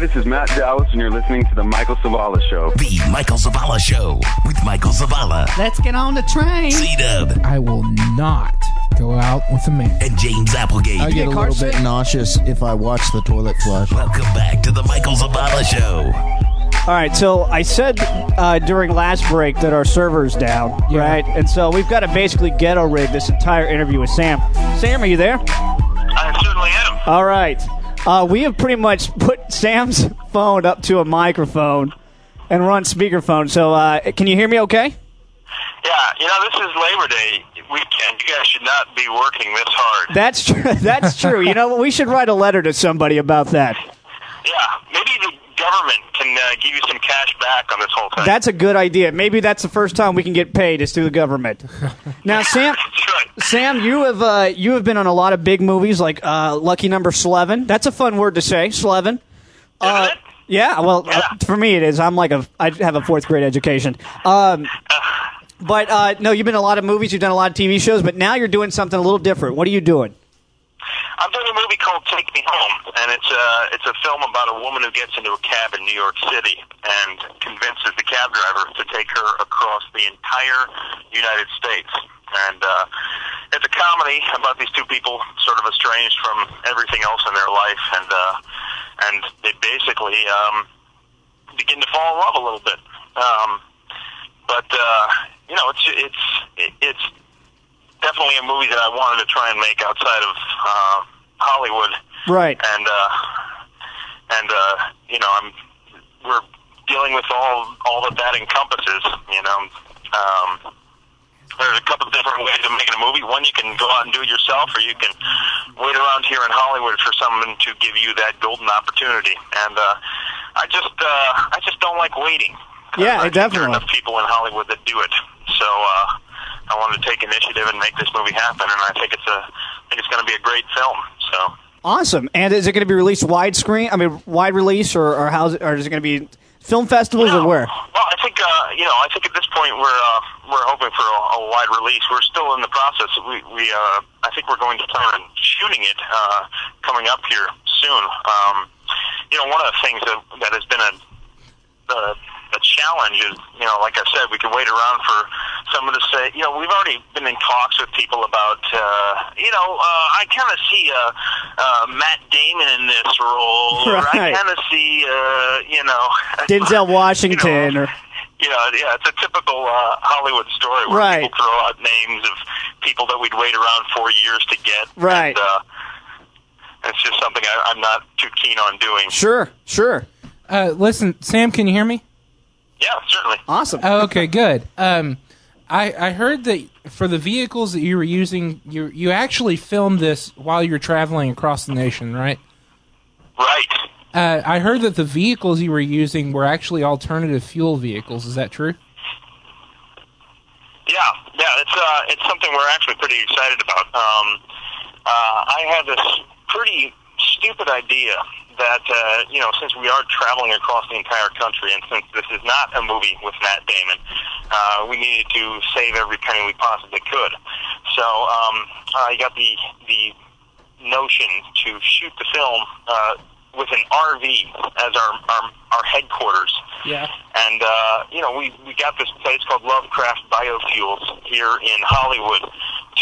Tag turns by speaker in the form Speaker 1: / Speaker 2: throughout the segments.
Speaker 1: this is Matt Dallas, and you're listening to The Michael Zavala Show.
Speaker 2: The Michael Zavala Show with Michael Zavala,
Speaker 3: Let's get on the train.
Speaker 2: C Dub,
Speaker 4: I will not go out with a man.
Speaker 2: and James Applegate.
Speaker 5: I get a little bit nauseous if I watch the toilet flush.
Speaker 2: Welcome back to The Michael Zavala Show.
Speaker 6: All right, so I said uh, during last break that our server's down,
Speaker 4: Yeah.
Speaker 6: right? And so we've got to basically ghetto rig this entire interview with Sam. Sam, are you there?
Speaker 7: I certainly am.
Speaker 6: All right. Uh, we have pretty much put Sam's phone up to a microphone and we're on speakerphone. So uh, can you hear me okay?
Speaker 7: Yeah, you know, this is Labor Day weekend. You guys should not be working this hard.
Speaker 6: That's true. That's true. You know, what? we should write a letter to somebody about that.
Speaker 7: yeah, maybe the government can uh, give you some cash back on this whole thing.
Speaker 6: That's a good idea. Maybe that's the first time we can get paid is through the government. Now, Sam.
Speaker 7: That's right.
Speaker 6: Sam, you have uh, you have been on a lot of big movies like uh, Lucky Number Slevin. That's a fun word to say, Slevin. Uh,
Speaker 7: Isn't it?
Speaker 6: yeah, well,
Speaker 7: Yeah.
Speaker 6: Uh, for me it is. I'm like a I have a fourth grade education. Um, but uh, no, you've been in a lot of movies. You've done a lot of TV shows, but now you're doing something a little different. What are you doing?
Speaker 7: I'm doing a movie called Take Me Home, and it's a it's a film about a woman who gets into a cab in New York City and convinces the cab driver to take her across the entire United States. And uh, it's a comedy about these two people, sort of estranged from everything else in their life, and uh, and they basically um, begin to fall in love a little bit. Um, but uh, you know, it's it's it's definitely a movie that I wanted to try and make outside of uh, Hollywood.
Speaker 6: Right.
Speaker 7: And uh, and uh, you know, I'm we're dealing with all all that that encompasses. You know, um, there's a couple of different ways of making a movie. One, you can go out and do it yourself, or you can wait around here in Hollywood for someone to give you that golden opportunity. And uh, I just uh, I just don't like waiting.
Speaker 6: Yeah,
Speaker 7: I think there are
Speaker 6: definitely.
Speaker 7: enough people in Hollywood that do it. So uh, I wanted to take initiative and make this movie happen, and I think it's a I think it's going to be a great film. So
Speaker 6: Awesome. And is it going to be released widescreen? I mean, wide release, or or how's it, or is it going to be film festivals or where?
Speaker 7: Well, I think uh, you know I think at this point we're uh, we're hoping for a, a wide release. We're still in the process. We we uh, I think we're going to plan on shooting it uh, coming up here soon. Um, you know, one of the things that that has been a the the challenge is, you know, like I said, we could wait around for someone to say, you know, we've already been in talks with people about, uh, you know, uh, I kind of see uh, uh, Matt Damon in this role, or I
Speaker 6: Right.
Speaker 7: kind of see, uh, you know,
Speaker 6: Denzel Washington, or
Speaker 7: You know, you know, yeah, it's a typical uh, Hollywood story where
Speaker 6: Right.
Speaker 7: people throw out names of people that we'd wait around four years to get.
Speaker 6: Right.
Speaker 7: And, uh, it's just something I, I'm not too keen on doing.
Speaker 6: sure, sure.
Speaker 4: Uh, listen, Sam, can you hear me?
Speaker 7: Yeah, certainly.
Speaker 6: Awesome.
Speaker 4: Oh, okay, good. Um, I I heard that for the vehicles that you were using, you you actually filmed this while you were traveling across the nation, right?
Speaker 7: Right.
Speaker 4: Uh, I heard that the vehicles you were using were actually alternative fuel vehicles. Is that true?
Speaker 7: Yeah, yeah, it's uh, it's something we're actually pretty excited about. Um, uh, I had this pretty stupid idea that uh, you know, since we are traveling across the entire country, and since this is not a movie with Matt Damon, uh, we needed to save every penny we possibly could. So um, I got the the notion to shoot the film uh, with an RV as our our, our headquarters.
Speaker 4: Yeah.
Speaker 7: And uh, you know, we we got this place called Lovecraft Biofuels here in Hollywood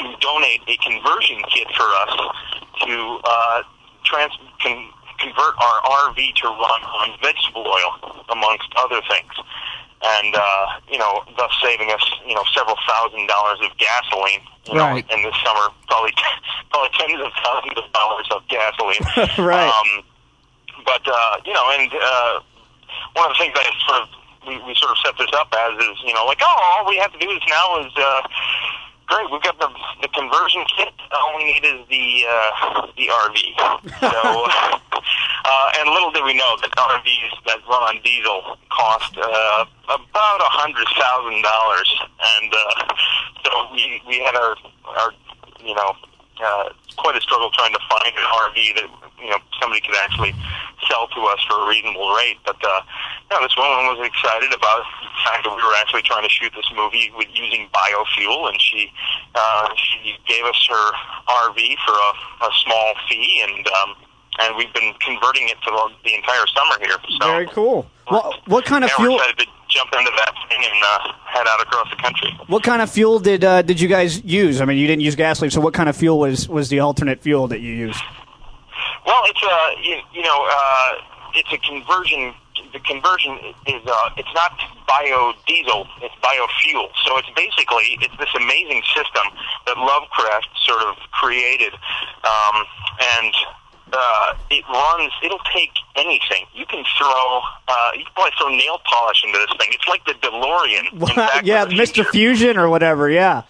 Speaker 7: to donate a conversion kit for us to uh, trans con- convert our RV to run on vegetable oil, amongst other things. And uh, you know, thus saving us you know several thousand dollars of gasoline. You know,
Speaker 4: Right.
Speaker 7: in the summer, probably probably tens of thousands of dollars of gasoline.
Speaker 6: Right.
Speaker 7: Um, but uh, you know, and uh, one of the things that is sort of we, we sort of set this up as is you know like oh all we have to do is now is uh, great we've got the the conversion kit all we need is the uh, the RV so uh, and little did we know that RVs that run on diesel cost uh, about a hundred thousand dollars and uh, so we we had our our you know uh, it's quite a struggle trying to find an RV that you know somebody could actually sell to us for a reasonable rate. But uh, you know, this woman was excited about the fact that we were actually trying to shoot this movie with using biofuel, and she uh, she gave us her RV for a, a small fee, and um, and we've been converting it for the, the entire summer here. So
Speaker 6: Very cool. What what kind of
Speaker 7: yeah,
Speaker 6: fuel?
Speaker 7: We're excited to jump into that thing and uh, head out across the country.
Speaker 6: What kind of fuel did uh, did you guys use? I mean, you didn't use gasoline, so what kind of fuel was was the alternate fuel that you used?
Speaker 7: Well, it's a you, you know uh, it's a conversion. The conversion is uh, it's not biodiesel, it's biofuel. So it's basically it's this amazing system that Lovecraft sort of created, um, and uh, it runs. It'll take anything. You can throw uh, you can probably throw nail polish into this thing. It's like the DeLorean. in Back to
Speaker 6: yeah,
Speaker 7: the
Speaker 6: Mr.
Speaker 7: Future.
Speaker 6: Fusion or whatever. Yeah.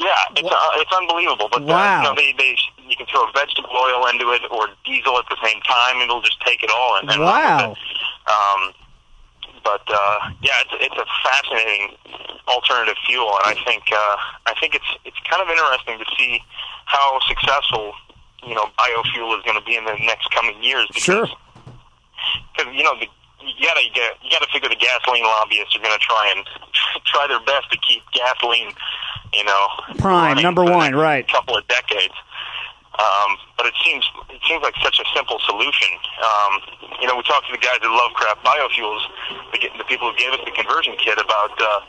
Speaker 7: Yeah, it's uh, it's unbelievable. But
Speaker 6: Wow.
Speaker 7: uh, you know, they they you can throw vegetable oil into it or diesel at the same time. It'll just take it all. And, and run
Speaker 6: Wow.
Speaker 7: with it. Um, but uh, yeah, it's it's a fascinating alternative fuel, and I think uh, I think it's it's kind of interesting to see how successful you know biofuel is going to be in the next coming years.
Speaker 6: Sure.
Speaker 7: Because because you know the, you gotta you gotta you gotta figure the gasoline lobbyists are gonna try and try their best to keep gasoline, you know,
Speaker 6: Prime,
Speaker 7: running
Speaker 6: number
Speaker 7: for the
Speaker 6: one,
Speaker 7: next
Speaker 6: right.
Speaker 7: Couple of decades. Um, but it seems it seems like such a simple solution. Um, you know, we talked to the guys at Lovecraft Biofuels, the, g- the people who gave us the conversion kit, about uh,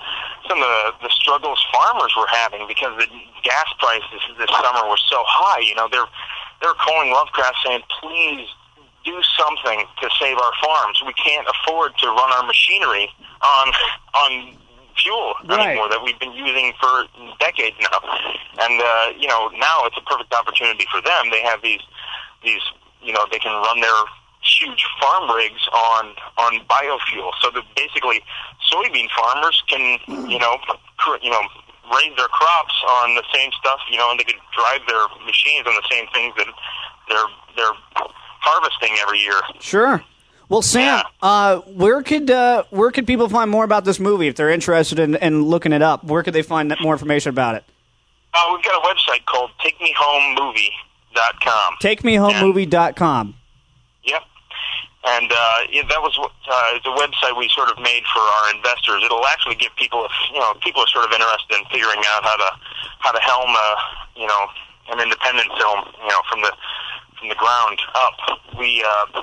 Speaker 7: some of the, the struggles farmers were having because the gas prices this summer were so high. You know, they're they're calling Lovecraft saying, "Please do something to save our farms. We can't afford to run our machinery on on fuel
Speaker 6: Right.
Speaker 7: anymore that we've been using for decades now. And uh, you know, now it's a perfect opportunity for them. They have these these you know they can run their huge farm rigs on on biofuel. So that basically, soybean farmers can you know cr- you know raise their crops on the same stuff. You know, and they could drive their machines on the same things that they're they're harvesting every year.
Speaker 6: Sure. Well, Sam, uh, where could uh, where could people find more about this movie if they're interested in, in looking it up? Where could they find that more information about it?
Speaker 7: Uh, we've got a website called TakeMeHomeMovie.com.
Speaker 6: TakeMeHomeMovie.com.
Speaker 7: Yep. And uh, yeah, that was what, uh, the website we sort of made for our investors. It'll actually give people, if you know, people are sort of interested in figuring out how to how to helm, uh, you know, an independent film, you know, from the from the ground up. We, uh,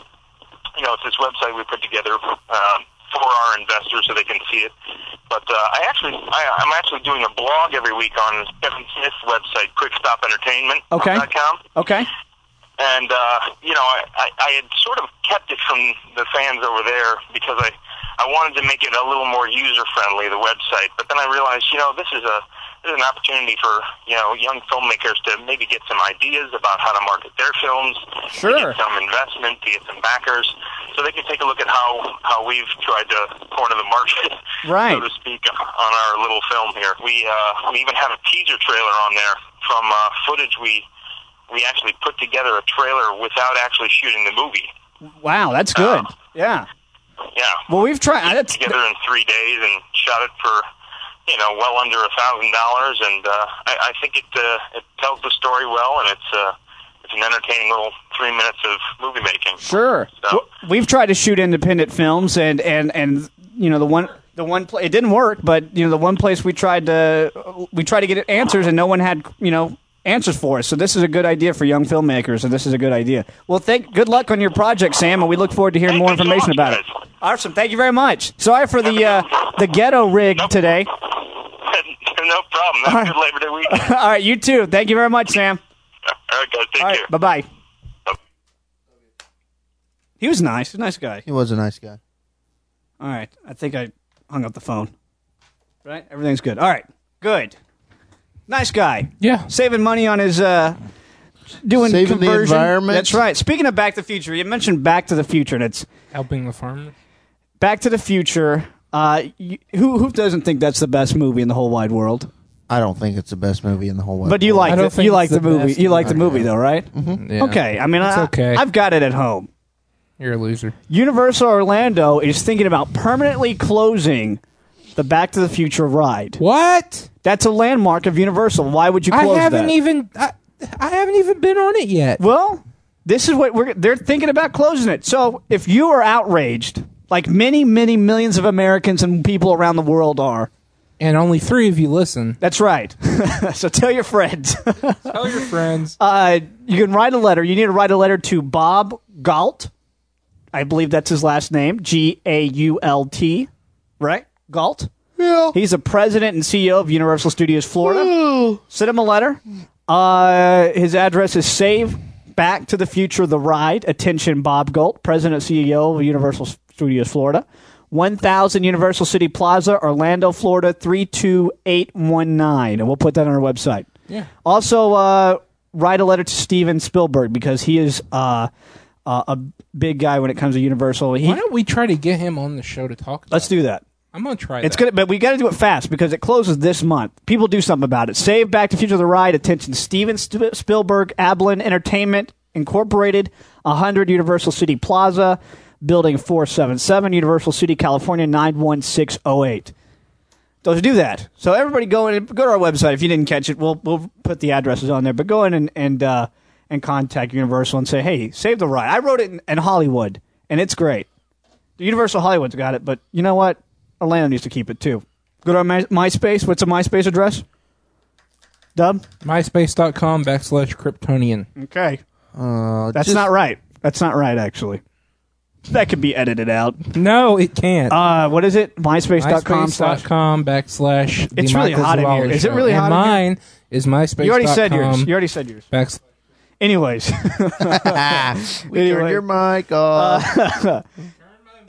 Speaker 7: you know, it's this website we put together uh, for our investors so they can see it. But uh, I actually, I, I'm actually doing a blog every week on Kevin Smith's website, QuickStopEntertainment.com
Speaker 6: Okay. Okay.
Speaker 7: and uh, you know, I, I, I had sort of kept it from the fans over there because I, I wanted to make it a little more user friendly, the website. But then I realized, you know, this is a this is an opportunity for you know young filmmakers to maybe get some ideas about how to market their films,
Speaker 6: Sure.
Speaker 7: to get some investment, to get some backers, so they can take a look at how how we've tried to corner the market,
Speaker 6: Right.
Speaker 7: so to speak, on our little film here. We uh, we even have a teaser trailer on there from uh, footage we we actually put together a trailer without actually shooting the movie.
Speaker 6: Wow, that's good. yeah.
Speaker 7: Yeah,
Speaker 6: Well, we've tried. That's
Speaker 7: together in three days and shot it for you know well under a thousand dollars, and uh, I, I think it uh, it tells the story well, and it's uh, it's an entertaining little three minutes of movie making.
Speaker 6: Sure.
Speaker 7: So-
Speaker 6: We've tried to shoot independent films, and and and you know the one the one pla- it didn't work, but you know the one place we tried to we tried to get answers, and no one had you know answers for us. So this is a good idea for young filmmakers, and this is a good idea. Well, thank good luck on your project, Sam, and we look forward to hearing
Speaker 7: Hey,
Speaker 6: more
Speaker 7: thanks so
Speaker 6: information
Speaker 7: much,
Speaker 6: about it.
Speaker 7: guys.
Speaker 6: Awesome. Thank you very much. Sorry for the uh, the ghetto rig today.
Speaker 7: no problem. Have a good Labor Day weekend.
Speaker 6: All right, you too. Thank you very much, Sam.
Speaker 7: All right, guys, take
Speaker 6: All
Speaker 7: care.
Speaker 6: right, bye bye. He was nice. He's a nice guy.
Speaker 5: He was a nice guy.
Speaker 6: All right. I think I hung up the phone. Right? Everything's good. All right. Good. Nice guy.
Speaker 4: Yeah.
Speaker 6: Saving money on his uh doing
Speaker 5: Saving the
Speaker 6: conversion.
Speaker 5: environment.
Speaker 6: That's right. Speaking of Back to the Future, you mentioned Back to the Future and it's
Speaker 4: Helping the farmer.
Speaker 6: Back to the Future. Uh you, who who doesn't think that's the best movie in the whole wide world?
Speaker 5: I don't think it's the best movie in the whole world.
Speaker 6: But you like
Speaker 4: don't
Speaker 6: the,
Speaker 4: think
Speaker 6: you
Speaker 4: it's
Speaker 6: like the,
Speaker 4: the
Speaker 6: movie.
Speaker 4: best
Speaker 6: You like the
Speaker 4: either.
Speaker 6: movie though, right?
Speaker 4: Yeah.
Speaker 6: Okay. I mean,
Speaker 4: It's
Speaker 6: I,
Speaker 4: okay.
Speaker 6: I've got it at home.
Speaker 4: You're a loser.
Speaker 6: Universal Orlando is thinking about permanently closing the Back to the Future ride.
Speaker 4: What?
Speaker 6: That's a landmark of Universal. Why would you
Speaker 4: I
Speaker 6: close
Speaker 4: haven't
Speaker 6: that?
Speaker 4: even. I, I haven't even been on it yet.
Speaker 6: Well, this is what we're they're thinking about closing it. So, if you are outraged, like many, many millions of Americans and people around the world are,
Speaker 4: and only three of you listen.
Speaker 6: That's right. so tell your friends.
Speaker 4: Tell your friends.
Speaker 6: Uh, you can write a letter. You need to write a letter to Bob Galt. I believe that's his last name. G A U L T. Right? Galt.
Speaker 5: Yeah.
Speaker 6: He's the president and CEO of Universal Studios Florida. Send him a letter. Uh, his address is Save Back to the Future The Ride. Attention, Bob Galt, president and CEO of Universal Studios Florida. 1000 Universal City Plaza, Orlando, Florida, 32819. And we'll put that on our website.
Speaker 4: Yeah.
Speaker 6: Also, uh, write a letter to Steven Spielberg because he is uh, uh, a big guy when it comes to Universal. He,
Speaker 4: Why don't we try to get him on the show to talk? About
Speaker 6: let's do that.
Speaker 4: it? I'm gonna try.
Speaker 6: It's
Speaker 4: that.
Speaker 6: gonna, but we got to do it fast because it closes this month. People do something about it. Save Back to Future: The Ride. Attention, Steven Sp- Spielberg, Ablin Entertainment Incorporated, 100 Universal City Plaza, Building 477, Universal City, California 91608. So to do that, so everybody go in, go to our website. If you didn't catch it, we'll we'll put the addresses on there. But go in and and uh, and contact Universal and say, hey, save the ride. I wrote it in, in Hollywood, and it's great. The Universal Hollywood's got it, but you know what? Orlando needs to keep it too. Go to my, MySpace. What's a MySpace address? Dub.
Speaker 4: MySpace.com backslash Kryptonian.
Speaker 6: Okay,
Speaker 5: Uh,
Speaker 6: that's
Speaker 5: just-
Speaker 6: not right. That's not right, actually. That could be edited out.
Speaker 4: No, it can't.
Speaker 6: Uh, what is it? MySpace.com. slash
Speaker 4: MySpace.com backslash. The
Speaker 6: It's really
Speaker 4: Michael
Speaker 6: hot in
Speaker 4: Zavala
Speaker 6: here. Is it
Speaker 4: Show.
Speaker 6: really
Speaker 4: and
Speaker 6: hot in
Speaker 4: Mine is MySpace.
Speaker 6: You already said yours. You already said yours.
Speaker 4: Backslash.
Speaker 6: Anyways,
Speaker 5: we
Speaker 6: Anyway. Uh,
Speaker 5: turned your mic off.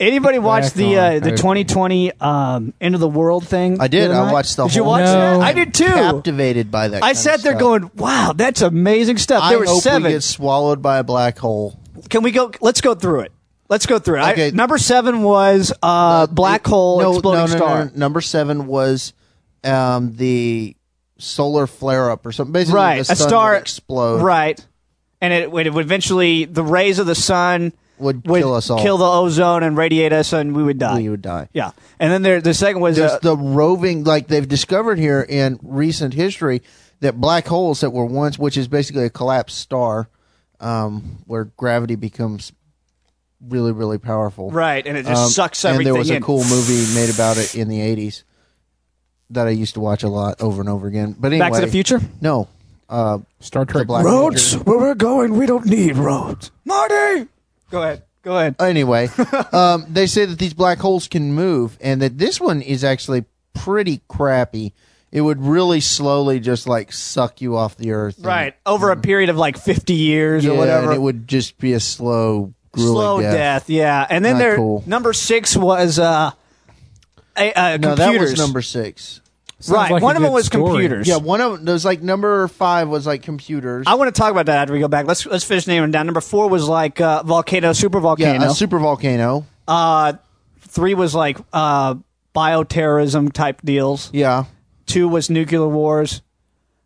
Speaker 6: anybody watch the
Speaker 4: on.
Speaker 6: uh, the
Speaker 4: I-
Speaker 6: 2020 um, end of the world thing?
Speaker 5: I did.
Speaker 6: the other
Speaker 5: I
Speaker 6: night?
Speaker 5: watched the
Speaker 6: Did
Speaker 5: whole
Speaker 6: you watch
Speaker 4: No.
Speaker 6: that? I did too.
Speaker 5: Captivated by that.
Speaker 6: I
Speaker 5: kind of
Speaker 6: sat there
Speaker 5: stuff.
Speaker 6: going, "Wow, that's amazing stuff." There
Speaker 5: I
Speaker 6: were
Speaker 5: hope
Speaker 6: seven.
Speaker 5: we get swallowed by a black hole.
Speaker 6: Can we go? Let's go through it. Let's go through it. I-
Speaker 5: Okay.
Speaker 6: number seven was uh, black hole
Speaker 5: no,
Speaker 6: exploding
Speaker 5: no, no,
Speaker 6: star.
Speaker 5: no, no. Number seven was um, the solar flare up or something. Basically,
Speaker 6: Right,
Speaker 5: the
Speaker 6: a
Speaker 5: sun
Speaker 6: star
Speaker 5: would explode.
Speaker 6: Right, and it, would- it would eventually the rays of the sun
Speaker 5: Would kill us all.
Speaker 6: kill the ozone and radiate us, and we would die.
Speaker 5: We would die.
Speaker 6: Yeah, and then there, the second was
Speaker 5: There's
Speaker 6: uh,
Speaker 5: the roving, like they've discovered here in recent history, that black holes that were once, which is basically a collapsed star, um, where gravity becomes really, really powerful.
Speaker 6: right, and it just
Speaker 5: Um,
Speaker 6: sucks
Speaker 5: and
Speaker 6: everything.
Speaker 5: there was a
Speaker 6: in.
Speaker 5: cool movie made about it in the 80s that I used to watch a lot over and over again. But anyway,
Speaker 6: Back to the Future.
Speaker 5: No, uh,
Speaker 4: Star Trek.
Speaker 5: black- Roads,
Speaker 6: where we're going, we don't need roads. Marty, go ahead. Go
Speaker 5: Uh,
Speaker 6: ahead.
Speaker 5: anyway, um, they say that these black holes can move, and that this one is actually pretty crappy. It would really slowly just like suck you off the earth, and-
Speaker 6: Right, over a period of like fifty years
Speaker 5: Yeah,
Speaker 6: or whatever.
Speaker 5: and it would just be a slow, grueling
Speaker 6: slow death. yeah. And then
Speaker 5: Not
Speaker 6: there,
Speaker 5: cool.
Speaker 6: number six was uh, a, uh
Speaker 5: No, that
Speaker 6: computers.
Speaker 5: was number six.
Speaker 4: Sounds
Speaker 6: right.
Speaker 4: like a
Speaker 6: One of them
Speaker 4: good
Speaker 6: was
Speaker 4: story.
Speaker 6: computers.
Speaker 5: Yeah, one of those like number five was like computers.
Speaker 6: I want to talk about that after we go back. Let's let's finish naming them down. Number four was like uh, volcano, super
Speaker 5: yeah,
Speaker 6: volcano.
Speaker 5: a super volcano.
Speaker 6: uh, three was like uh, bioterrorism type deals.
Speaker 5: Yeah,
Speaker 6: Two was nuclear wars,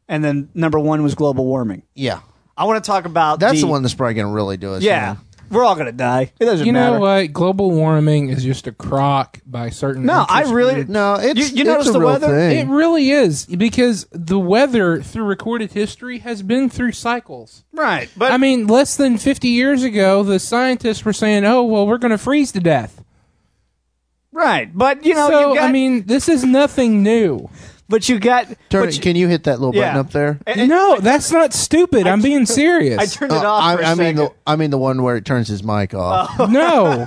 Speaker 6: and then number one was global warming.
Speaker 5: yeah.
Speaker 6: I want to talk about
Speaker 5: That's the,
Speaker 6: the,
Speaker 5: one that's probably gonna really do us.
Speaker 6: Yeah,
Speaker 5: in.
Speaker 6: we're all gonna die. It doesn't
Speaker 4: You
Speaker 6: matter.
Speaker 4: know what? Global warming is just a crock by certain.
Speaker 6: No, I
Speaker 4: interest
Speaker 6: really
Speaker 4: groups.
Speaker 5: No, it's
Speaker 6: You- you
Speaker 5: it's
Speaker 6: notice
Speaker 5: a
Speaker 6: the
Speaker 5: real
Speaker 6: weather?
Speaker 5: Thing.
Speaker 4: It really is because the weather through recorded history has been through cycles.
Speaker 6: right, but
Speaker 4: I mean, less than 50 years ago, the scientists were saying, "Oh, well, we're going to freeze to death."
Speaker 6: right, but you know,
Speaker 4: so,
Speaker 6: you got,
Speaker 4: I mean, this is nothing new.
Speaker 6: but you got
Speaker 5: Turn
Speaker 6: but
Speaker 5: it-
Speaker 6: you-
Speaker 5: can you hit that little button up there?
Speaker 6: And- and-
Speaker 4: no, that's not stupid. I'm being serious.
Speaker 6: I turned
Speaker 5: Uh,
Speaker 6: it off.
Speaker 5: I,
Speaker 6: for a
Speaker 5: I mean
Speaker 6: second. Oh.
Speaker 5: the I mean the one where it turns his mic off.
Speaker 4: no, no,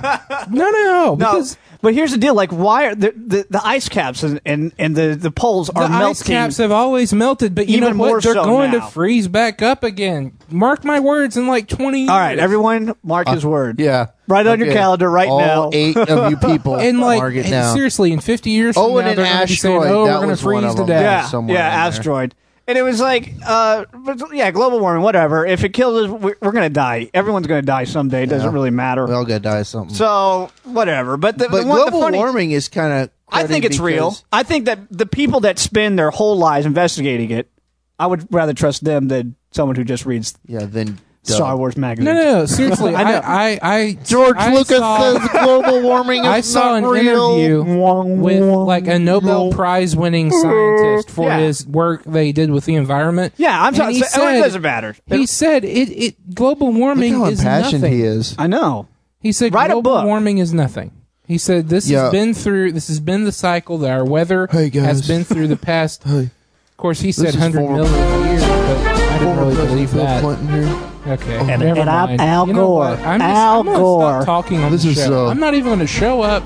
Speaker 4: no,
Speaker 6: no.
Speaker 4: because
Speaker 6: But here's the deal: like, why are the the, the ice caps and, and and the the poles
Speaker 4: the
Speaker 6: are melting?
Speaker 4: ice caps have always melted. But you
Speaker 6: Even
Speaker 4: know what?
Speaker 6: more
Speaker 4: They're
Speaker 6: so
Speaker 4: going
Speaker 6: now.
Speaker 4: to freeze back up again. Mark my words. In like 20. Years.
Speaker 6: All right, everyone, mark his word.
Speaker 5: Uh, Yeah,
Speaker 6: Right on your calendar right
Speaker 5: All
Speaker 6: now.
Speaker 5: Eight of you people
Speaker 4: And like
Speaker 5: mark it
Speaker 4: and
Speaker 5: down.
Speaker 4: seriously, in 50 years
Speaker 5: Oh,
Speaker 4: from
Speaker 5: and
Speaker 4: now, they're
Speaker 5: an
Speaker 4: gonna be saying,
Speaker 5: asteroid.
Speaker 4: "Oh,
Speaker 5: That
Speaker 4: we're going to
Speaker 5: was one
Speaker 4: freeze
Speaker 5: of
Speaker 4: to
Speaker 5: them.
Speaker 4: death."
Speaker 6: yeah,
Speaker 5: somewhere
Speaker 6: yeah,
Speaker 5: in there.
Speaker 6: asteroid. And it was like, uh, but yeah, global warming, whatever. If it kills us, we're, we're gonna die. Everyone's gonna die someday. It doesn't really matter.
Speaker 5: we all gotta die of something.
Speaker 6: so whatever. But the,
Speaker 5: but
Speaker 6: the one,
Speaker 5: global
Speaker 6: the funny,
Speaker 5: warming is kind of.
Speaker 6: I think it's real. I think that the people that spend their whole lives investigating it, I would rather trust them than someone who just reads
Speaker 5: Yeah, then
Speaker 6: Star Wars magazine.
Speaker 4: No, no, no, seriously. I,
Speaker 6: know.
Speaker 4: I, I,
Speaker 5: George
Speaker 4: I
Speaker 5: Lucas
Speaker 4: saw-
Speaker 5: says global warming is
Speaker 4: I saw
Speaker 5: not
Speaker 4: an
Speaker 5: real.
Speaker 4: interview with like a Nobel Prize winning scientist for
Speaker 6: Yeah.
Speaker 4: his work they did with the environment.
Speaker 6: Yeah, I'm
Speaker 4: And
Speaker 6: talking.
Speaker 4: he
Speaker 6: so- oh, it
Speaker 4: said-
Speaker 6: doesn't matter.
Speaker 4: He said it, it global
Speaker 5: Look
Speaker 4: warming
Speaker 5: how
Speaker 4: is
Speaker 5: impassioned
Speaker 4: nothing.
Speaker 5: he is.
Speaker 6: I know.
Speaker 4: He said
Speaker 6: Write a
Speaker 4: global
Speaker 6: book.
Speaker 4: warming is nothing. He said, "This
Speaker 5: Yeah.
Speaker 4: has been through. This has been the cycle that our weather
Speaker 5: Hey, guys.
Speaker 4: has been through the past.
Speaker 5: Hey.
Speaker 4: Of course, he said
Speaker 5: is
Speaker 4: 100
Speaker 5: former-
Speaker 4: million a year, but I didn't really believe that.
Speaker 5: Clinton here.
Speaker 4: Okay,
Speaker 2: And-
Speaker 4: never
Speaker 3: and I'm
Speaker 4: mind.
Speaker 3: Al
Speaker 4: You know
Speaker 3: Gore.
Speaker 4: what? I'm just,
Speaker 3: Al
Speaker 4: I'm gonna
Speaker 3: Gore.
Speaker 4: Stop talking on
Speaker 5: This
Speaker 4: the
Speaker 5: is,
Speaker 4: show.
Speaker 5: uh,
Speaker 4: I'm not even going to show up.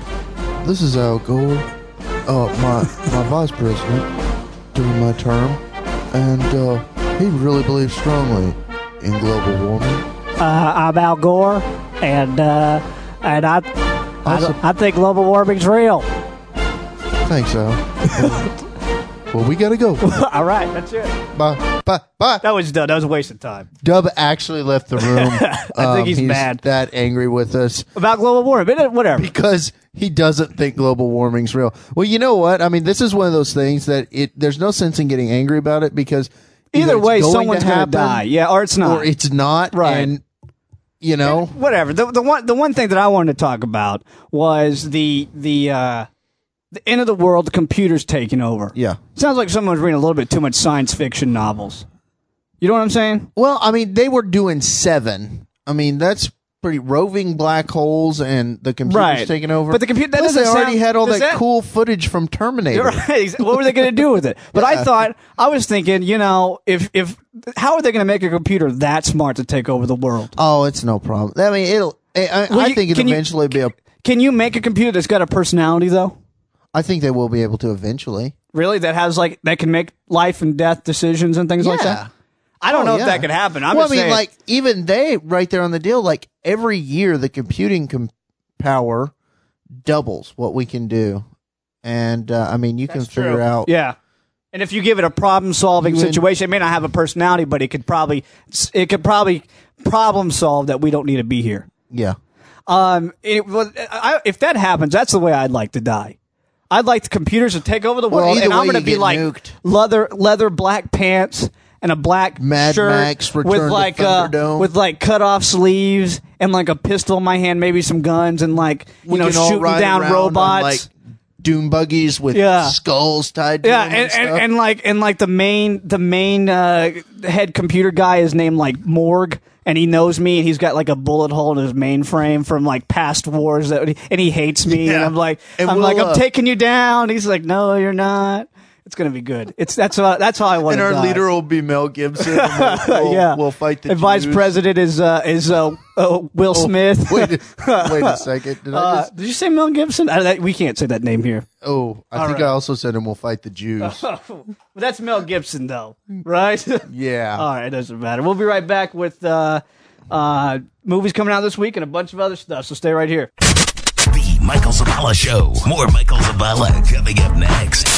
Speaker 5: This is Al Gore, uh, my my vice president during my term, and uh, he really believes strongly in global warming.
Speaker 3: Uh, I'm Al Gore, and uh, and I,
Speaker 5: Also-
Speaker 3: I I think global warming's real.
Speaker 5: Thanks, Al. well, we gotta go.
Speaker 6: All right, that's it.
Speaker 5: Bye, bye, bye.
Speaker 6: That was done. That was a waste of time.
Speaker 5: Dub actually left the room. I
Speaker 6: think he's mad.
Speaker 5: That angry with us
Speaker 6: About global warming, but it- whatever.
Speaker 5: because he doesn't think global warming's real. Well, you know what? I mean, this is one of those things that it. There's no sense in getting angry about it because
Speaker 6: Either
Speaker 5: it's
Speaker 6: way,
Speaker 5: going to
Speaker 6: someone's gonna
Speaker 5: happen
Speaker 6: die. Yeah, or it's not.
Speaker 5: or it's not.
Speaker 6: Right.
Speaker 5: And you know,
Speaker 6: whatever. The, the one the one thing that I wanted to talk about was the the uh, the end of the world computers taking over.
Speaker 5: Yeah.
Speaker 6: Sounds like someone's reading a little bit too much science fiction novels. You know what I'm saying?
Speaker 5: well, I mean, they were doing seven. I mean, that's pretty roving black holes and the computers
Speaker 6: Right.
Speaker 5: taking over.
Speaker 6: But the compu- that
Speaker 5: Plus, they
Speaker 6: doesn't sound-
Speaker 5: already had all
Speaker 6: does
Speaker 5: that,
Speaker 6: that-
Speaker 5: cool footage from Terminator.
Speaker 6: Right. What were they going to do with it? But I thought I was thinking, you know, if if how are they going to make a computer that smart to take over the world?
Speaker 5: Oh, it's no problem. I mean, it'll. I, I,
Speaker 6: Well,
Speaker 5: I
Speaker 6: you-
Speaker 5: think it'll
Speaker 6: can you-
Speaker 5: eventually be a.
Speaker 6: Can you make a computer that's got a personality though?
Speaker 5: I think they will be able to eventually.
Speaker 6: Really, that has like that can make life and death decisions and things like
Speaker 5: Yeah. Oh,
Speaker 6: that. I don't know
Speaker 5: yeah.
Speaker 6: if that could happen. I'm
Speaker 5: well,
Speaker 6: just
Speaker 5: I mean,
Speaker 6: saying.
Speaker 5: like even they right there on the deal. Like every year, the computing com- power doubles what we can do, and uh, I mean, you can figure out.
Speaker 6: Yeah. And if you give it a problem-solving
Speaker 5: You would-
Speaker 6: situation, it may not have a personality, but it could probably it could probably problem solve that we don't need to be here.
Speaker 5: yeah.
Speaker 6: Um, it, well, I, if that happens, that's the way I'd like to die. I'd like the computers to take over the
Speaker 5: Well,
Speaker 6: world,
Speaker 5: either
Speaker 6: and I'm
Speaker 5: way,
Speaker 6: going to
Speaker 5: you get
Speaker 6: be like
Speaker 5: nuked.
Speaker 6: leather leather black pants and a black
Speaker 5: Mad
Speaker 6: shirt
Speaker 5: Max Return
Speaker 6: with
Speaker 5: to
Speaker 6: like uh,
Speaker 5: Thunderdome.
Speaker 6: with like cut off sleeves and like a pistol in my hand, maybe some guns, and like you
Speaker 5: We
Speaker 6: know
Speaker 5: can all
Speaker 6: shooting
Speaker 5: ride
Speaker 6: down
Speaker 5: around on,
Speaker 6: robots.
Speaker 5: like doom buggies with
Speaker 6: Yeah.
Speaker 5: skulls tied. to
Speaker 6: Yeah,
Speaker 5: them
Speaker 6: and, and,
Speaker 5: stuff.
Speaker 6: and like and like the main the main uh, head computer guy is named like Morg, and he knows me, and he's got like a bullet hole in his mainframe from like past wars that, and he hates me, and
Speaker 5: Yeah.
Speaker 6: I'm like
Speaker 5: And
Speaker 6: I'm
Speaker 5: we'll,
Speaker 6: like I'm
Speaker 5: uh,
Speaker 6: taking you down. He's like, no, you're not. It's gonna be good. It's that's how, that's how I want
Speaker 5: And
Speaker 6: to
Speaker 5: our
Speaker 6: die.
Speaker 5: leader will be Mel Gibson. and We'll, we'll-
Speaker 6: yeah,
Speaker 5: we'll fight the
Speaker 6: And vice
Speaker 5: Jews. Oh,
Speaker 6: president is uh, is uh, uh, Will Smith.
Speaker 5: wait, a- wait a second. Did I
Speaker 6: Uh,
Speaker 5: just,
Speaker 6: did you say Mel Gibson? I, that, we can't say that name here.
Speaker 5: oh, I think I also said, and we'll fight the Jews.
Speaker 6: But that's Mel Gibson, though, right?
Speaker 5: Yeah.
Speaker 6: All right, it doesn't matter. We'll be right back with uh, uh, movies coming out this week and a bunch of other stuff. So stay right here.
Speaker 2: The Michael Zavala Show. More Michael Zavala coming up next.